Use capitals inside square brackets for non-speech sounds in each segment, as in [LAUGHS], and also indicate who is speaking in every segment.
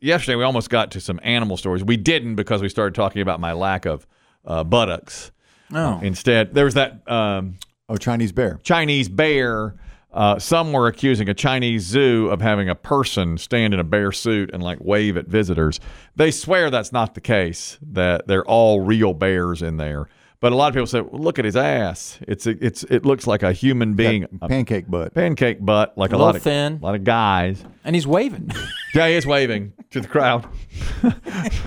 Speaker 1: yesterday we almost got to some animal stories. We didn't because we started talking about my lack of uh, buttocks. Uh,
Speaker 2: No.
Speaker 1: Instead, there was that um,
Speaker 2: Oh, Chinese bear.
Speaker 1: Chinese bear. Uh, some were accusing a Chinese zoo of having a person stand in a bear suit and like wave at visitors. They swear that's not the case. That they're all real bears in there. But a lot of people say, well, "Look at his ass. It's a, it's it looks like a human being, a
Speaker 2: Pancake
Speaker 1: [LAUGHS]
Speaker 2: butt.
Speaker 1: pancake butt, like a,
Speaker 3: Little
Speaker 1: lot of
Speaker 3: thin.
Speaker 1: a lot of guys."
Speaker 3: And he's waving.
Speaker 1: Yeah, he is waving to the crowd.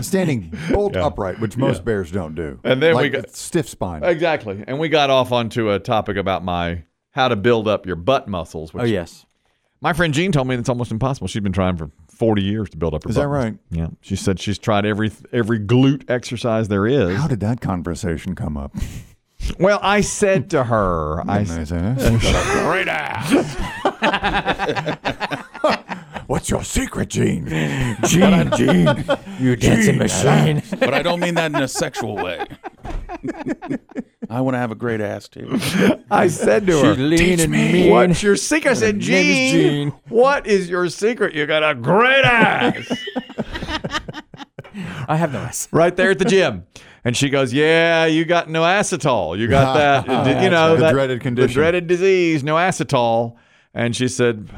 Speaker 2: Standing bolt upright, which most bears don't do.
Speaker 1: And then we
Speaker 2: like
Speaker 1: got-
Speaker 2: with stiff spine.
Speaker 1: Exactly. And we got off onto a topic about my how to build up your butt muscles. Which
Speaker 3: [LAUGHS] oh yes.
Speaker 1: My friend Jean told me it's almost impossible. She's been trying for 40 years to build up her
Speaker 2: Is
Speaker 1: butt
Speaker 2: that right?
Speaker 1: muscles. Yeah. She said she's tried every every glute exercise there is.
Speaker 2: How did that conversation come up?
Speaker 1: Well, I said to her, I s-
Speaker 2: [LAUGHS] Great ass. What's your
Speaker 1: [LAUGHS]
Speaker 2: secret, Gene? Gene, Gene.
Speaker 3: You dancing machine. [LAUGHS]
Speaker 4: but I don't mean that in a sexual way. [LAUGHS] I want to have a great ass too.
Speaker 1: I said to
Speaker 3: She's
Speaker 1: her,
Speaker 3: lean and mean.
Speaker 1: What's your secret? I said,
Speaker 3: name is
Speaker 1: Jean,
Speaker 3: Jean.
Speaker 1: what is your secret? You got a great ass.
Speaker 3: I have no ass.
Speaker 1: right there at the gym. And she goes, "Yeah, you got no acetol. You
Speaker 2: [LAUGHS]
Speaker 1: got that, you know,
Speaker 2: right. The
Speaker 1: that-
Speaker 2: dreaded
Speaker 1: the
Speaker 2: condition.
Speaker 1: dreaded disease, no acetol." And she said,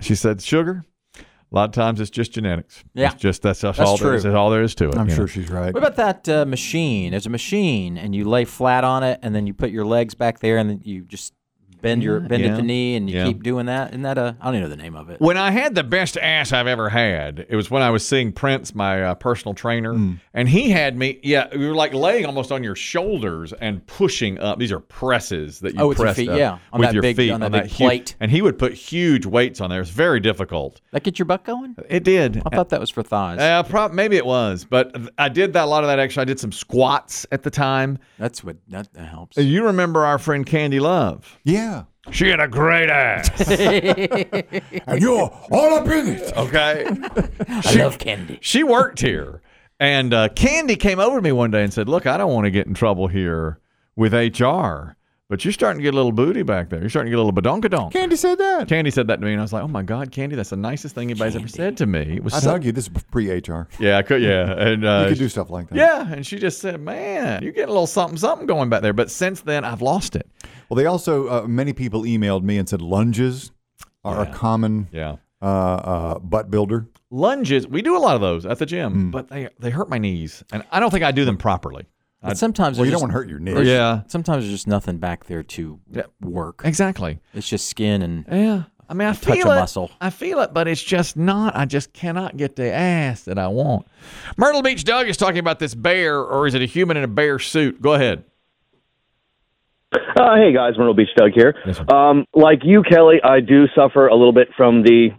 Speaker 1: "She said sugar. A lot of times it's just genetics.
Speaker 3: Yeah.
Speaker 1: it's just that's, that's,
Speaker 3: That's
Speaker 1: all there is.
Speaker 3: true.
Speaker 1: That's all there is to it.
Speaker 2: I'm
Speaker 1: you
Speaker 2: sure
Speaker 1: know.
Speaker 2: she's right.
Speaker 3: What about that uh, machine? There's a machine, and you lay flat on it, and then you put your legs back there, and then you just bend your bend
Speaker 1: yeah,
Speaker 3: at the knee, and you
Speaker 1: yeah.
Speaker 3: keep doing that. Isn't that a? I don't even know the name of it.
Speaker 1: When I had the best ass I've ever had, it was when I was seeing Prince, my uh, personal trainer,
Speaker 3: Hmm.
Speaker 1: and he had me. Yeah, we were like laying almost on your shoulders and pushing up. These are presses that you
Speaker 3: Oh, with your
Speaker 1: press
Speaker 3: feet,
Speaker 1: up
Speaker 3: yeah, on
Speaker 1: with
Speaker 3: that
Speaker 1: your
Speaker 3: big-
Speaker 1: feet
Speaker 3: on that big
Speaker 1: hu-
Speaker 3: plate.
Speaker 1: and he would put huge weights on there. It's very difficult.
Speaker 3: That get your butt going?
Speaker 1: It did.
Speaker 3: I thought that was for thighs.
Speaker 1: Uh, prob- maybe it was, but I did that a lot of that. Actually, I did some squats at the time.
Speaker 3: That's what that, that helps.
Speaker 1: You remember our friend Candy Love?
Speaker 2: Yeah.
Speaker 1: She had a great ass.
Speaker 2: And you're all up in
Speaker 3: [LAUGHS]
Speaker 2: it.
Speaker 1: Okay,
Speaker 3: I love candy.
Speaker 1: she worked here, and uh, Candy came over to me one day and said, "Look, I don't want to get in trouble here with HR, but you're starting to get a little booty back there. You're starting to get a little badonkadonk."
Speaker 2: Candy said that.
Speaker 1: Candy said that to me, and I was like, "Oh my God, Candy, that's the nicest thing anybody's ever said to me." It was
Speaker 2: I'd
Speaker 1: so-
Speaker 2: argue this is pre HR.
Speaker 1: yeah, I could, yeah, and uh,
Speaker 2: You could do stuff like that.
Speaker 1: Yeah, and she just said, "Man, you're getting a little something, something going back there." But since then, I've lost it.
Speaker 2: Well, they also, uh, many people emailed me and said lunges are a common
Speaker 1: Yeah,
Speaker 2: uh, uh, butt builder.
Speaker 1: lunges. We do a lot of those at the
Speaker 2: Mm.
Speaker 1: gym, but they they hurt my knees, and I don't think I do them properly.
Speaker 3: But sometimes
Speaker 2: Well, you
Speaker 3: there's
Speaker 2: don't want
Speaker 3: just-
Speaker 2: to hurt your knee.
Speaker 3: there's-
Speaker 1: Yeah.
Speaker 3: Sometimes there's just nothing back there to
Speaker 1: Yeah.
Speaker 3: work.
Speaker 1: Exactly.
Speaker 3: It's just skin and
Speaker 1: Yeah. I mean, I
Speaker 3: Touch
Speaker 1: feel
Speaker 3: a
Speaker 1: it.
Speaker 3: muscle.
Speaker 1: I feel it, but it's just not. I just cannot get the ass that I want. Myrtle Beach Doug is talking about this bear, or is it a human in a bear suit? Go ahead.
Speaker 5: Uh, hey guys, Myrtle Beach Doug here.
Speaker 1: Yes, sir.
Speaker 5: um, like you, Kelly, I do suffer a little bit from the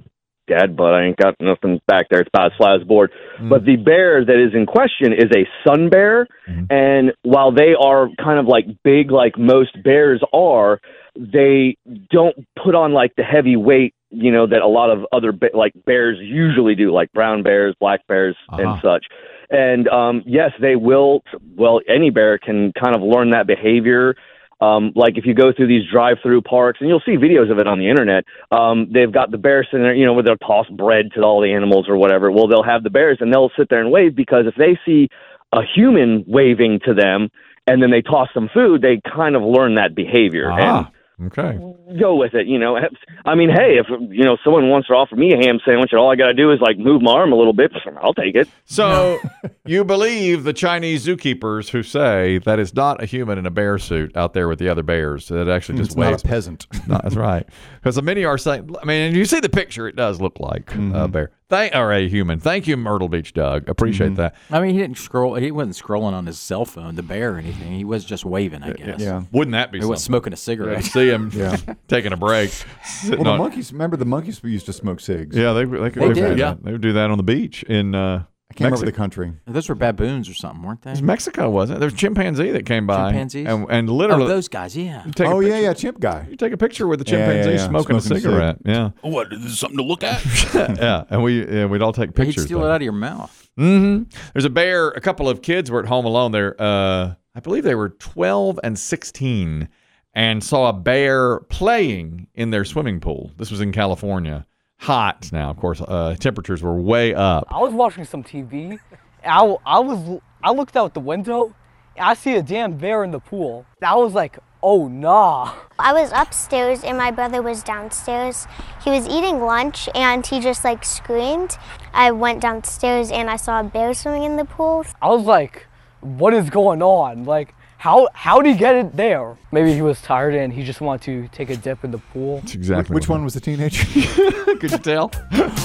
Speaker 5: dad butt. I ain't got nothing back there. It's about as flat as a board.
Speaker 1: Mm-hmm.
Speaker 5: But the bear that is in question is a sun bear,
Speaker 1: Mm-hmm.
Speaker 5: and while they are kind of like big, like most bears are, they don't put on like the heavy weight. You know that a lot of other be- like bears usually do, like brown bears, black bears,
Speaker 1: Uh-huh.
Speaker 5: and such. And um, yes, they will. Well, any bear can kind of learn that behavior um, like if you go through these drive-through parks, and you'll see videos of it on the internet. Um, they've got the bears in there, you know, where they'll toss bread to all the animals or whatever. Well, they'll have the bears, and they'll sit there and wave because if they see a human waving to them, and then they toss them food, they kind of learn that behavior
Speaker 1: Ah, okay.
Speaker 5: and go with it. You know, I mean, hey, if you know someone wants to offer me a ham sandwich, and all I got to do is like move my arm a little bit, [LAUGHS] I'll take it.
Speaker 1: So [LAUGHS] you believe the Chinese zookeepers who say that it's not a human in a bear suit out there with the other bears that it actually just
Speaker 2: It's not
Speaker 1: waves.
Speaker 2: a peasant.
Speaker 1: No, [LAUGHS] that's right. Because many are saying, I mean, and you see the picture, it does look like
Speaker 2: Mm-hmm.
Speaker 1: a bear. They are a human. Thank you, Myrtle Beach Doug. Appreciate
Speaker 2: Mm-hmm.
Speaker 1: that.
Speaker 3: I mean, he didn't scroll. He wasn't scrolling on his cell phone, the bear or anything. He was just waving, I guess.
Speaker 2: Yeah.
Speaker 1: Wouldn't that be
Speaker 3: He was
Speaker 1: something?
Speaker 3: smoking a
Speaker 1: to
Speaker 3: cigarette.
Speaker 1: see him
Speaker 2: Yeah.
Speaker 1: [LAUGHS] taking a break. sitting
Speaker 2: Well, the
Speaker 1: on-
Speaker 2: monkeys, remember the monkeys used to smoke cigs?
Speaker 1: yeah, they, they, could,
Speaker 3: They
Speaker 1: would
Speaker 3: did.
Speaker 1: do
Speaker 3: Yeah.
Speaker 1: that. They would do that on the beach in uh,
Speaker 2: I can't remember
Speaker 1: Mexico.
Speaker 2: the country.
Speaker 3: Those were baboons or something, weren't they?
Speaker 1: It was Mexico, wasn't it? There's a chimpanzee that came by.
Speaker 3: Chimpanzees?
Speaker 1: And, and
Speaker 3: Oh,
Speaker 1: literally,
Speaker 3: those guys, yeah.
Speaker 1: take a
Speaker 2: oh, yeah,
Speaker 1: picture-
Speaker 2: yeah, chimp guy.
Speaker 1: You take a picture with the
Speaker 2: Yeah, yeah,
Speaker 1: chimpanzee
Speaker 2: yeah.
Speaker 1: Smoking, a
Speaker 2: Smoking a Oh.
Speaker 1: cigarette. Yeah.
Speaker 4: What? Is this something to look at?
Speaker 1: yeah, and we yeah, we'd all take
Speaker 3: He'd
Speaker 1: pictures.
Speaker 3: steal it out of your mouth.
Speaker 1: hmm There's a bear. A couple of kids were at home alone. There, uh, I believe they were 12 and 16, and saw a bear playing in their swimming pool. This was in California. hot now. Of course, uh, temperatures were way up.
Speaker 6: I was watching some TV. And I, w- I was I looked out the window. And I see a damn bear in the pool. I was like, oh nah.
Speaker 7: I was upstairs and my brother was downstairs. He was eating lunch and he just like screamed. I went downstairs and I saw a bear swimming in the pool.
Speaker 6: I was like, what is going on? Like, how how'd he get it there? Maybe he was tired and he just wanted to take a dip in the pool.
Speaker 1: That's exactly.
Speaker 2: Which
Speaker 1: what-
Speaker 2: one was the teenager?
Speaker 1: [LAUGHS] Could you tell?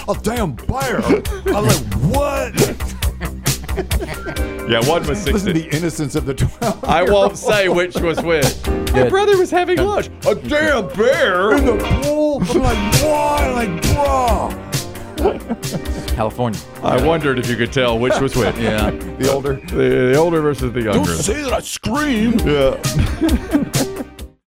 Speaker 2: a damn bear. I was like, what?
Speaker 1: [LAUGHS] yeah, one was
Speaker 2: Listen to
Speaker 1: sixty.
Speaker 2: the innocence of the
Speaker 1: [LAUGHS]
Speaker 2: 12.
Speaker 1: I won't say which was which. My
Speaker 3: Good.
Speaker 1: brother was having lunch. A damn bear.
Speaker 2: [LAUGHS] In the pool. I'm like, why? Like, bruh.
Speaker 3: California.
Speaker 1: I wondered if you could tell which was which.
Speaker 4: Yeah.
Speaker 2: The older.
Speaker 1: The, the older versus the younger.
Speaker 4: that I screamed.
Speaker 2: Yeah.